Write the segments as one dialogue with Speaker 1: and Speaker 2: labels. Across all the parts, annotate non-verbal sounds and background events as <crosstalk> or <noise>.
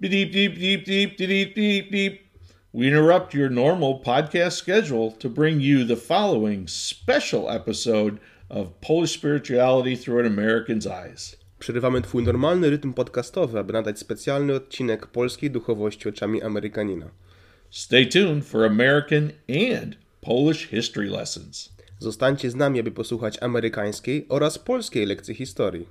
Speaker 1: Beep, beep, beep, beep, beep, beep, beep. We interrupt your normal podcast schedule to bring you the following special episode of Polish Spirituality Through an American's Eyes.
Speaker 2: Przerywamy twój normalny rytm podcastowy, aby nadać specjalny odcinek polskiej duchowości oczami Amerykanina.
Speaker 1: Stay tuned for American and Polish history lessons.
Speaker 2: Zostańcie z nami, aby posłuchać amerykańskiej oraz polskiej lekcji historii.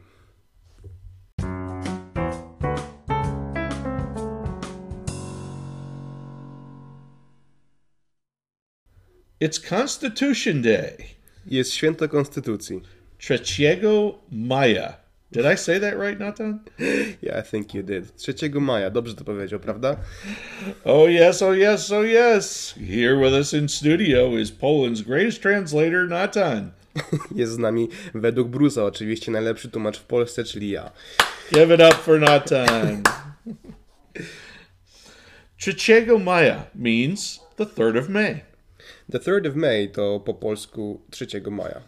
Speaker 1: It's Constitution Day,
Speaker 2: Jest święto konstytucji.
Speaker 1: Trzeciego Maja. Did I say that right, Nathan?
Speaker 2: Yeah, I think you did. 3 maja, dobrze to powiedział, prawda?
Speaker 1: Oh, yes, oh, yes, oh, yes. Here with us in studio is Poland's greatest translator, Nathan.
Speaker 2: Jest z nami według Brusa, oczywiście najlepszy tłumacz w Polsce, czyli ja.
Speaker 1: Give it up for Natan. Trzeciego Maja means the 3rd of May.
Speaker 2: The 3rd of May to po polsku 3 maja.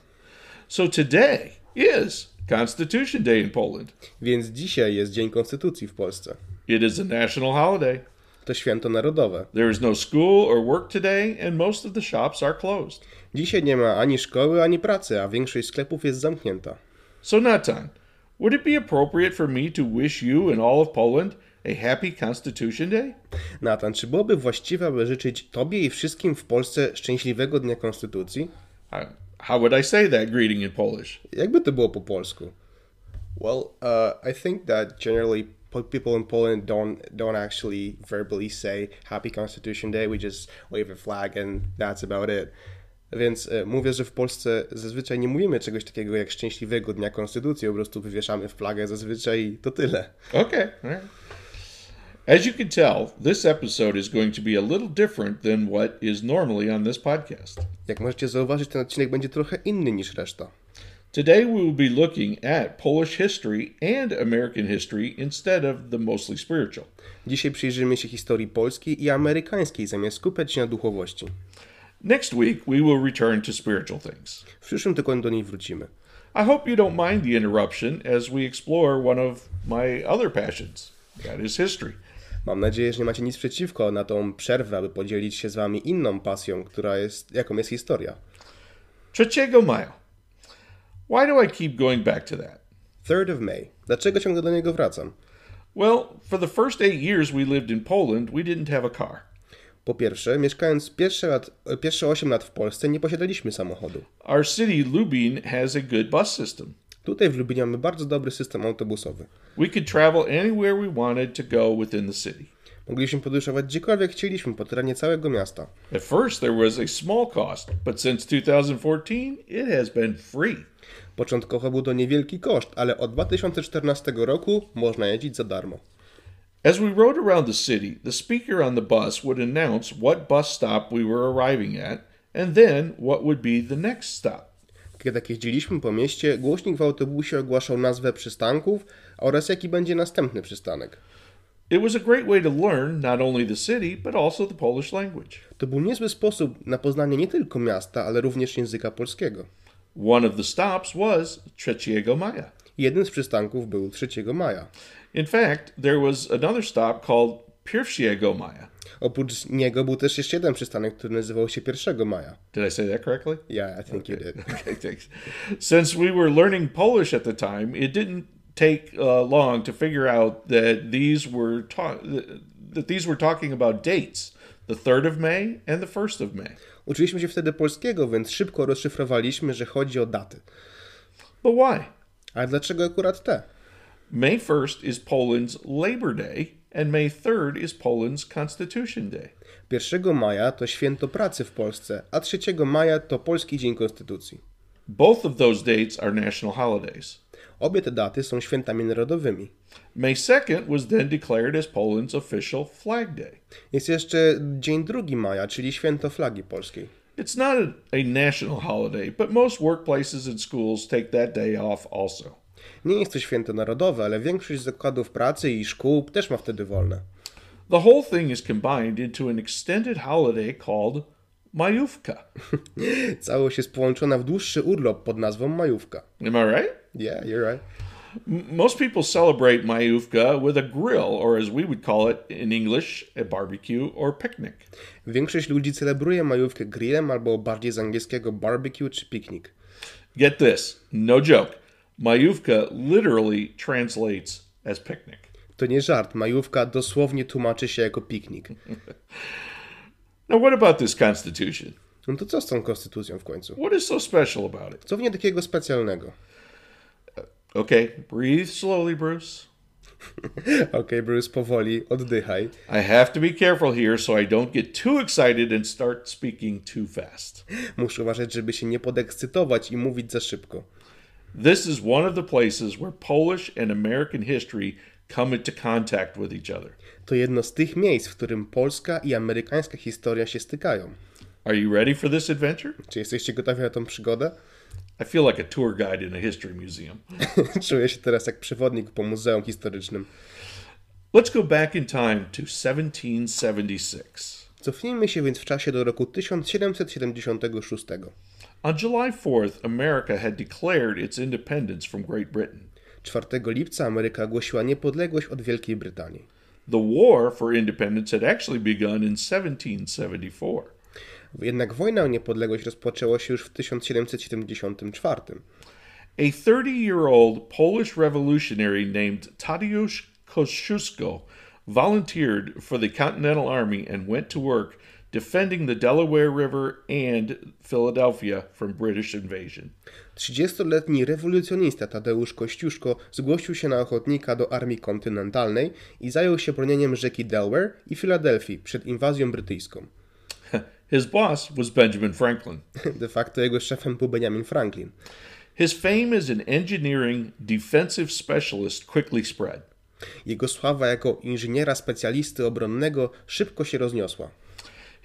Speaker 1: So today is Constitution Day in Poland.
Speaker 2: Więc dzisiaj jest Dzień Konstytucji w Polsce.
Speaker 1: It is a national holiday.
Speaker 2: To święto narodowe.
Speaker 1: There is no school or work today, and most of the shops are closed.
Speaker 2: Dzisiaj nie ma ani szkoły, ani pracy, a większość sklepów jest zamknięta.
Speaker 1: So, Natan, would it be appropriate for me to wish you and all of Poland a happy Constitution Day?
Speaker 2: Natan, czy byłoby właściwe, aby życzyć Tobie i wszystkim w Polsce szczęśliwego Dnia Konstytucji?
Speaker 1: Uh, How would I say that greeting in Polish?
Speaker 2: Jakby to było po polsku? Well, uh, I think that generally po- people in Poland don't don't actually verbally say Happy Constitution Day. We just wave a flag and that's about it. Więc e, mówię, że w Polsce zazwyczaj nie mówimy czegoś takiego jak szczęśliwego Dnia Konstytucji, po prostu wywieszamy flagę zazwyczaj i to tyle.
Speaker 1: Okay. all right. As you can tell, this episode is going to be a little different than what is normally on this podcast.
Speaker 2: Jak możecie zauważyć, ten odcinek będzie trochę inny niż reszta.
Speaker 1: Today, we will be looking at Polish history and American history instead of the mostly spiritual.
Speaker 2: Dzisiaj przyjrzymy się historii polskiej i amerykańskiej, zamiast skupiać się na duchowości.
Speaker 1: Next week, we will return to spiritual things.
Speaker 2: W przyszłym tygodniu do niej wrócimy.
Speaker 1: I hope you don't mind the interruption as we explore one of my other passions that is history.
Speaker 2: Mam nadzieję, że nie macie nic przeciwko na tą przerwę, aby podzielić się z wami inną pasją, która jest, jaką jest historia.
Speaker 1: Trzeciego Maja. Why do I keep going back to that?
Speaker 2: 3rd of May. Dlaczego ciągle do niego wracam?
Speaker 1: Well, for the first eight years we lived in Poland, we didn't have a car.
Speaker 2: Po pierwsze, mieszkając pierwsze, lat, e, pierwsze 8 lat w Polsce, nie posiadaliśmy samochodu.
Speaker 1: Our city, Lubin, has a good bus system.
Speaker 2: Tutaj w Lublinie mamy bardzo dobry system autobusowy.
Speaker 1: We could travel anywhere we wanted to go within the city.
Speaker 2: Mogliśmy podróżować gdziekolwiek chcieliśmy po terenie całego miasta.
Speaker 1: At first, there was a small cost, but since 2014, it has been free.
Speaker 2: Początkowo był to niewielki koszt, ale od 2014 roku można jeździć za darmo.
Speaker 1: As we rode around the city, the speaker on the bus would announce what bus stop we were arriving at and then what would be the next stop.
Speaker 2: Kiedy tak jeździliśmy po mieście, głośnik w autobusie ogłaszał nazwę przystanków oraz jaki będzie następny przystanek.
Speaker 1: It was a great way to learn not only the city, but also the Polish language.
Speaker 2: To był niezły sposób na poznanie nie tylko miasta, ale również języka polskiego.
Speaker 1: One of the stops was Trzeciego Maja.
Speaker 2: Jeden z przystanków był 3 maja.
Speaker 1: In fact, there was another stop called Pierwszego Maja.
Speaker 2: Oprócz niego był też jeszcze jeden przystanek, który nazywał się 1 maja.
Speaker 1: Did I say that correctly? <laughs>
Speaker 2: Yeah, I think you did.
Speaker 1: Okay, thanks. Since we were learning Polish at the time, it didn't take uh, long to figure out that these were ta- that these were talking about dates, the 3rd of May and the 1st of May.
Speaker 2: Uczyliśmy się wtedy polskiego, więc szybko rozszyfrowaliśmy, że chodzi o daty.
Speaker 1: But why?
Speaker 2: Ale dlaczego akurat te?
Speaker 1: May 1st is Poland's Labor Day and May 3rd is Poland's Constitution Day.
Speaker 2: 1 maja to święto pracy w Polsce, a 3 maja to Polski Dzień Konstytucji.
Speaker 1: Both of those dates are national holidays.
Speaker 2: Obie te daty są świętami narodowymi.
Speaker 1: May 2nd was then declared as Poland's official Flag Day.
Speaker 2: Jest jeszcze dzień 2 maja, czyli święto flagi polskiej.
Speaker 1: It's not a, a national holiday, but most workplaces and schools take that day off also.
Speaker 2: Nie jest to święto narodowe, ale większość zakładów pracy i szkół też ma wtedy wolne.
Speaker 1: The whole thing is combined into an extended holiday called Majówka.
Speaker 2: Całość jest połączona w dłuższy urlop pod nazwą majówka.
Speaker 1: Am I right?
Speaker 2: Yeah, you're right.
Speaker 1: M- most people celebrate Majówka with a grill, or as we would call it in English, a barbecue or picnic.
Speaker 2: Większość ludzi celebruje majówkę grillem albo bardziej z angielskiego barbecue czy piknik.
Speaker 1: Get this, no joke. Majówka literally translates as picnic.
Speaker 2: To nie żart, majówka dosłownie tłumaczy się jako piknik.
Speaker 1: Now, what about this Constitution?
Speaker 2: No to co z tą konstytucją w końcu?
Speaker 1: What is so special about it?
Speaker 2: Co w niej takiego specjalnego?
Speaker 1: Okay, breathe slowly, Bruce.
Speaker 2: Okej, Bruce, powoli, oddychaj.
Speaker 1: I have to be careful here so I don't get too excited and start speaking too fast.
Speaker 2: Muszę uważać, żeby się nie podekscytować i mówić za szybko.
Speaker 1: This is one of the places where Polish and American history come into contact with each other.
Speaker 2: To jedno z tych miejsc, w którym polska i amerykańska historia się stykają.
Speaker 1: Are you ready for this adventure?
Speaker 2: Czy jesteście gotowi na tą przygodę? <laughs>
Speaker 1: I feel like a tour guide in a history museum.
Speaker 2: Czuję się teraz jak przewodnik po muzeum historycznym.
Speaker 1: Let's go back in time to 1776.
Speaker 2: Cofnijmy się więc w czasie do roku 1776.
Speaker 1: On July 4th, America had declared its independence from Great Britain.
Speaker 2: 4 lipca Ameryka ogłosiła niepodległość od Wielkiej Brytanii.
Speaker 1: The war for independence had actually begun in 1774.
Speaker 2: Jednak wojna o niepodległość rozpoczęła się już w 1774.
Speaker 1: A 30 year old Polish revolutionary named Tadeusz Kosciuszko volunteered for the Continental Army and went to work defending the Delaware River and Philadelphia from British invasion.
Speaker 2: 30-letni rewolucjonista Tadeusz Kościuszko zgłosił się na ochotnika do Armii Kontynentalnej i zajął się bronieniem rzeki Delaware i Filadelfii przed inwazją brytyjską. <laughs>
Speaker 1: His boss was Benjamin Franklin.
Speaker 2: De facto jego szefem był Benjamin Franklin.
Speaker 1: His fame as an engineering defensive specialist quickly spread.
Speaker 2: Jego sława jako inżyniera specjalisty obronnego szybko się rozniosła.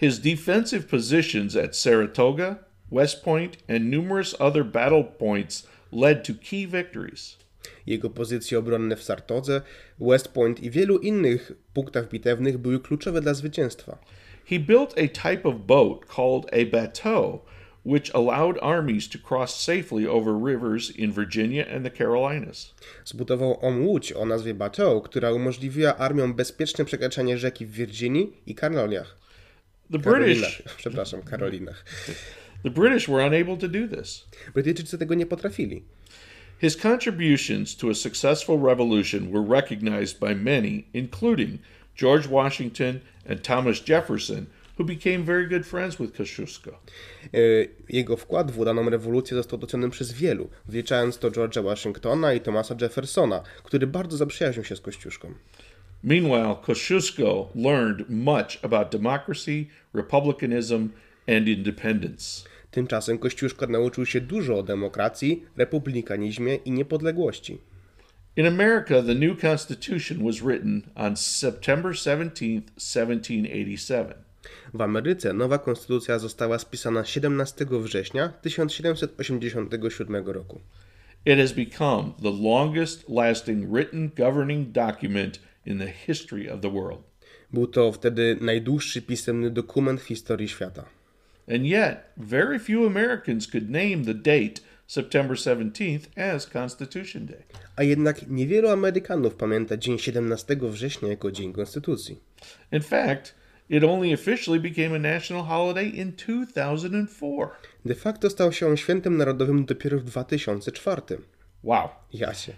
Speaker 1: His defensive positions at Saratoga, West Point, and numerous other battle points led to key victories.
Speaker 2: Jego pozycje obronne w Sartodze, West Point i wielu innych punktach bitewnych były kluczowe dla zwycięstwa.
Speaker 1: He built a type of boat called a bateau, which allowed armies to cross safely over rivers in Virginia and the Carolinas.
Speaker 2: Zbudował on łódź o nazwie Bateau, która umożliwiła armiom bezpieczne przekraczanie rzeki w Virginii i Karoliach.
Speaker 1: The British,
Speaker 2: Karolinach. Przepraszam, Karolinach.
Speaker 1: the British were unable to do this.
Speaker 2: Brytyjczycy tego nie potrafili.
Speaker 1: His contributions to a successful revolution were recognized by many, including George Washington and Thomas Jefferson, who became very good friends with Kosciuszko.
Speaker 2: E, Jego wkład w udaną rewolucję został docenionym przez wielu, wliczając to George'a Washingtona i Thomasa Jeffersona, który bardzo zaprzyjaźnił się z Kościuszką.
Speaker 1: Meanwhile, Kosciuszko learned much about democracy, republicanism, and independence.
Speaker 2: Tymczasem Kościuszko nauczył się dużo o demokracji, republikanizmie i niepodległości.
Speaker 1: In America, the new Constitution was written on September 17, 1787.
Speaker 2: W Ameryce nowa konstytucja została spisana 17 września 1787 roku.
Speaker 1: It has become the longest lasting written governing document in the history of the world.
Speaker 2: Był to wtedy najdłuższy pisemny dokument w historii świata.
Speaker 1: And yet, very few Americans could name the date, September 17th, as Constitution Day.
Speaker 2: A jednak niewielu Amerykanów pamięta dzień 17 września jako Dzień Konstytucji.
Speaker 1: In fact, it only officially became a national holiday in 2004.
Speaker 2: De facto stał się on świętem narodowym dopiero w 2004.
Speaker 1: Wow.
Speaker 2: Jasie.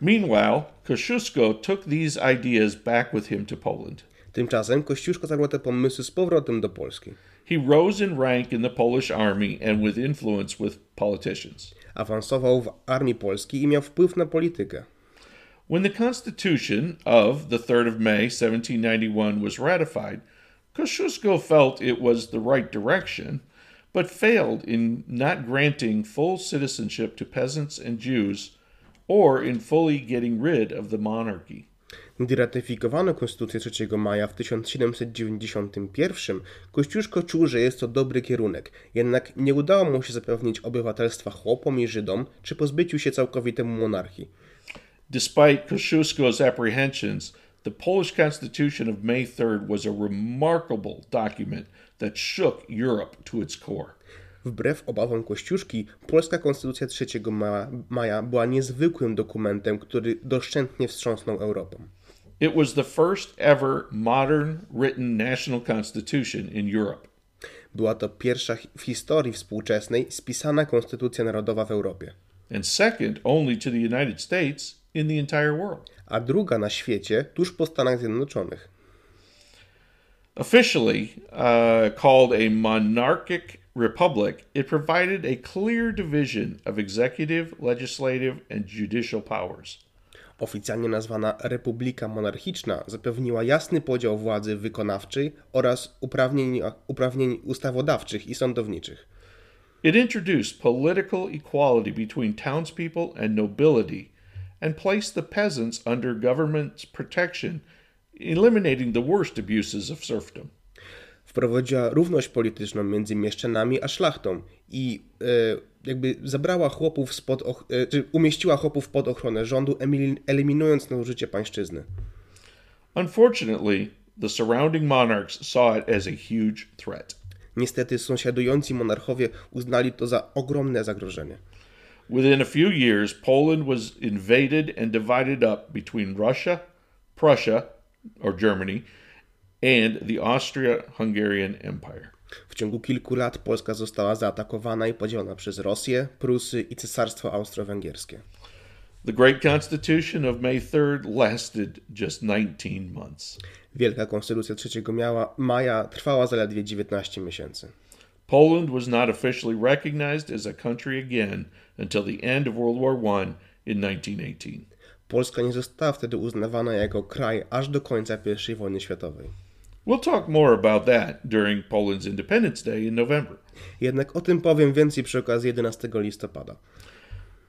Speaker 1: Meanwhile, Kosciuszko took these ideas back with him to Poland.
Speaker 2: Tymczasem Kościuszko zabrał te pomysły z powrotem do Polski.
Speaker 1: He rose in rank in the Polish army and with influence with politicians.
Speaker 2: Awansował w armii polskiej i miał wpływ na politykę.
Speaker 1: When the Constitution of the 3rd of May, 1791, was ratified, Kosciuszko felt it was the right direction, but failed in not granting full citizenship to peasants and Jews or in fully getting rid of the monarchy.
Speaker 2: Gdy ratyfikowano Konstytucję 3 maja w 1791, Kościuszko czuł, że jest to dobry kierunek, jednak nie udało mu się zapewnić obywatelstwa chłopom i Żydom czy pozbyciu się całkowitemu monarchii.
Speaker 1: Despite Kosciuszko's apprehensions, the Polish Constitution of May 3rd was a remarkable document that shook Europe to its core.
Speaker 2: W Wbrew obawom Kościuszki, polska konstytucja 3 maja, maja była niezwykłym dokumentem, który doszczętnie wstrząsnął Europą.
Speaker 1: It was the first ever modern written national constitution in Europe.
Speaker 2: Była to pierwsza hi- w historii współczesnej spisana konstytucja narodowa w Europie,
Speaker 1: and second only to the United States in the entire world.
Speaker 2: a druga na świecie tuż po Stanach Zjednoczonych.
Speaker 1: Officially uh, called a monarchic republic, it provided a clear division of executive, legislative, and judicial powers.
Speaker 2: Oficjalnie nazwana Republika Monarchiczna zapewniła jasny podział władzy wykonawczej oraz uprawnień, uprawnień ustawodawczych i sądowniczych.
Speaker 1: It introduced political equality between townspeople and nobility and placed the peasants under government's protection, eliminating the worst abuses of serfdom.
Speaker 2: Wprowadziła równość polityczną między mieszczanami a szlachtą i e, jakby zabrała chłopów spod och- e, czy umieściła chłopów pod ochronę rządu, emil- eliminując nadużycie pańszczyzny.
Speaker 1: Unfortunately, the surrounding monarchs saw it as a huge threat.
Speaker 2: Niestety sąsiadująci monarchowie uznali to za ogromne zagrożenie.
Speaker 1: Within a few years, Poland was invaded and divided up between Russia, Prussia, or Germany, and the Austria Hungarian Empire.
Speaker 2: W ciągu kilku lat Polska została zaatakowana i podzielona przez Rosję, Prusy i Cesarstwo Austro-Węgierskie.
Speaker 1: The Great Constitution of May 3rd lasted just 19 months.
Speaker 2: Wielka Konstytucja 3 miała, maja trwała zaledwie 19 miesięcy.
Speaker 1: Poland was not officially recognized as a country again until the end of World War I in 1918.
Speaker 2: Polska nie została wtedy uznawana jako kraj aż do końca I wojny światowej.
Speaker 1: We'll talk more about that during Poland's Independence Day in November.
Speaker 2: Jednak o tym powiem więcej przy okazji 11 listopada.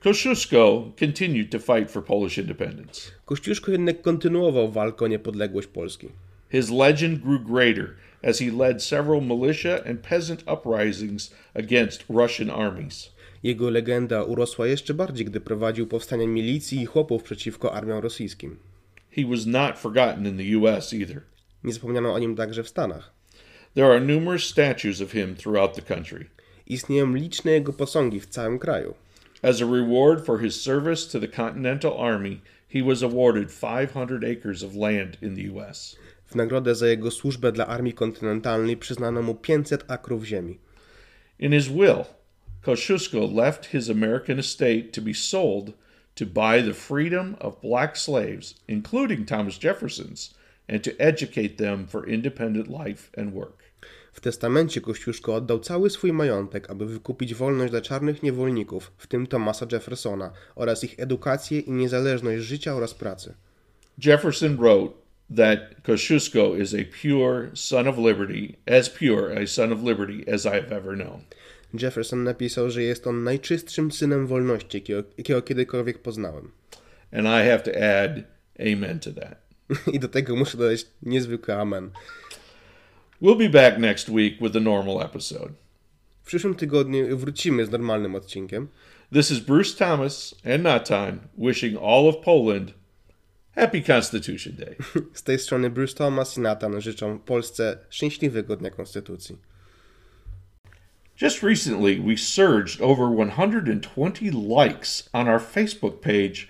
Speaker 1: Kosciuszko continued to fight for Polish independence.
Speaker 2: Kościuszko jednak kontynuował walkę o niepodległość Polski.
Speaker 1: His legend grew greater as he led several militia and peasant uprisings against Russian armies.
Speaker 2: Jego legenda urosła jeszcze bardziej, gdy prowadził powstania milicji i chłopów przeciwko armiom rosyjskim.
Speaker 1: He was not forgotten in the U.S. either.
Speaker 2: Nie zapomniano o nim także w Stanach.
Speaker 1: There are numerous statues of him throughout the country.
Speaker 2: Istnieją liczne jego posągi w całym kraju.
Speaker 1: As a reward for his service to the Continental Army, he was awarded 500 acres of land in the U.S.
Speaker 2: W nagrodę za jego służbę dla armii kontynentalnej przyznano mu 500 akrów ziemi.
Speaker 1: In his will, Kosciuszko left his American estate to be sold to buy the freedom of black slaves, including Thomas Jefferson's, and to educate them for independent life and work.
Speaker 2: W testamencie Kościuszko oddał cały swój majątek, aby wykupić wolność dla czarnych niewolników, w tym Thomasa Jeffersona, oraz ich edukację i niezależność życia oraz pracy.
Speaker 1: Jefferson wrote that Kosciuszko is a pure son of liberty, as pure a son of liberty as I have ever known.
Speaker 2: Jefferson napisał, że jest on najczystszym synem wolności, jakiego, jakiego kiedykolwiek poznałem. <laughs>
Speaker 1: And I have to add amen to that.
Speaker 2: I do tego muszę dodać niezwykły amen.
Speaker 1: We'll be back next week with a normal episode.
Speaker 2: W przyszłym tygodniu wrócimy z normalnym odcinkiem. <laughs>
Speaker 1: This is Bruce Thomas and Natan wishing all of Poland happy Constitution Day.
Speaker 2: Z tej strony Bruce Thomas i Nathan życzą Polsce szczęśliwego Dnia Konstytucji.
Speaker 1: Just recently, we surged over 120 likes on our Facebook page,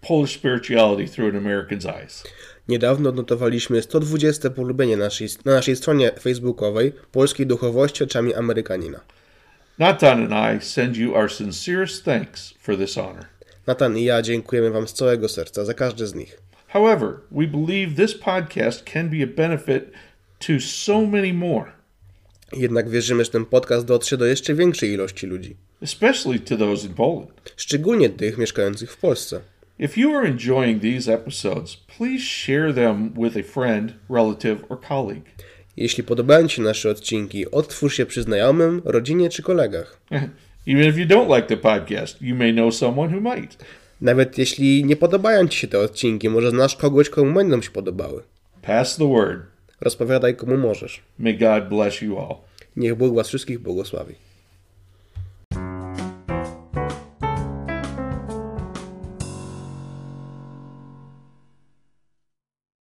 Speaker 1: Polish Spirituality Through an American's Eyes.
Speaker 2: Niedawno odnotowaliśmy 120 polubienie naszej, na naszej stronie facebookowej Polskiej Duchowości Oczami Amerykanina.
Speaker 1: Natan and I send you our sincerest thanks for this honor.
Speaker 2: Nathan i ja dziękujemy Wam z całego serca za każdy z nich.
Speaker 1: However, we believe this podcast can be a benefit to so many more,
Speaker 2: Jednak wierzymy, że ten podcast dotrze do jeszcze większej ilości ludzi,
Speaker 1: especially to those in Poland.
Speaker 2: szczególnie tych mieszkających w Polsce.
Speaker 1: If you are enjoying these episodes, please share them with a friend, relative, or colleague. <laughs>
Speaker 2: Jeśli podobają Ci nasze odcinki, otwórz je przy znajomym, rodzinie czy kolegach.
Speaker 1: Even if you don't like the podcast, you may know someone who might.
Speaker 2: Nawet jeśli nie podobają Ci się te odcinki, może znasz kogoś, komu będą się podobały.
Speaker 1: Pass the word.
Speaker 2: Rozpowiadaj komu możesz.
Speaker 1: May God bless you all.
Speaker 2: Niech Bóg Was wszystkich błogosławi.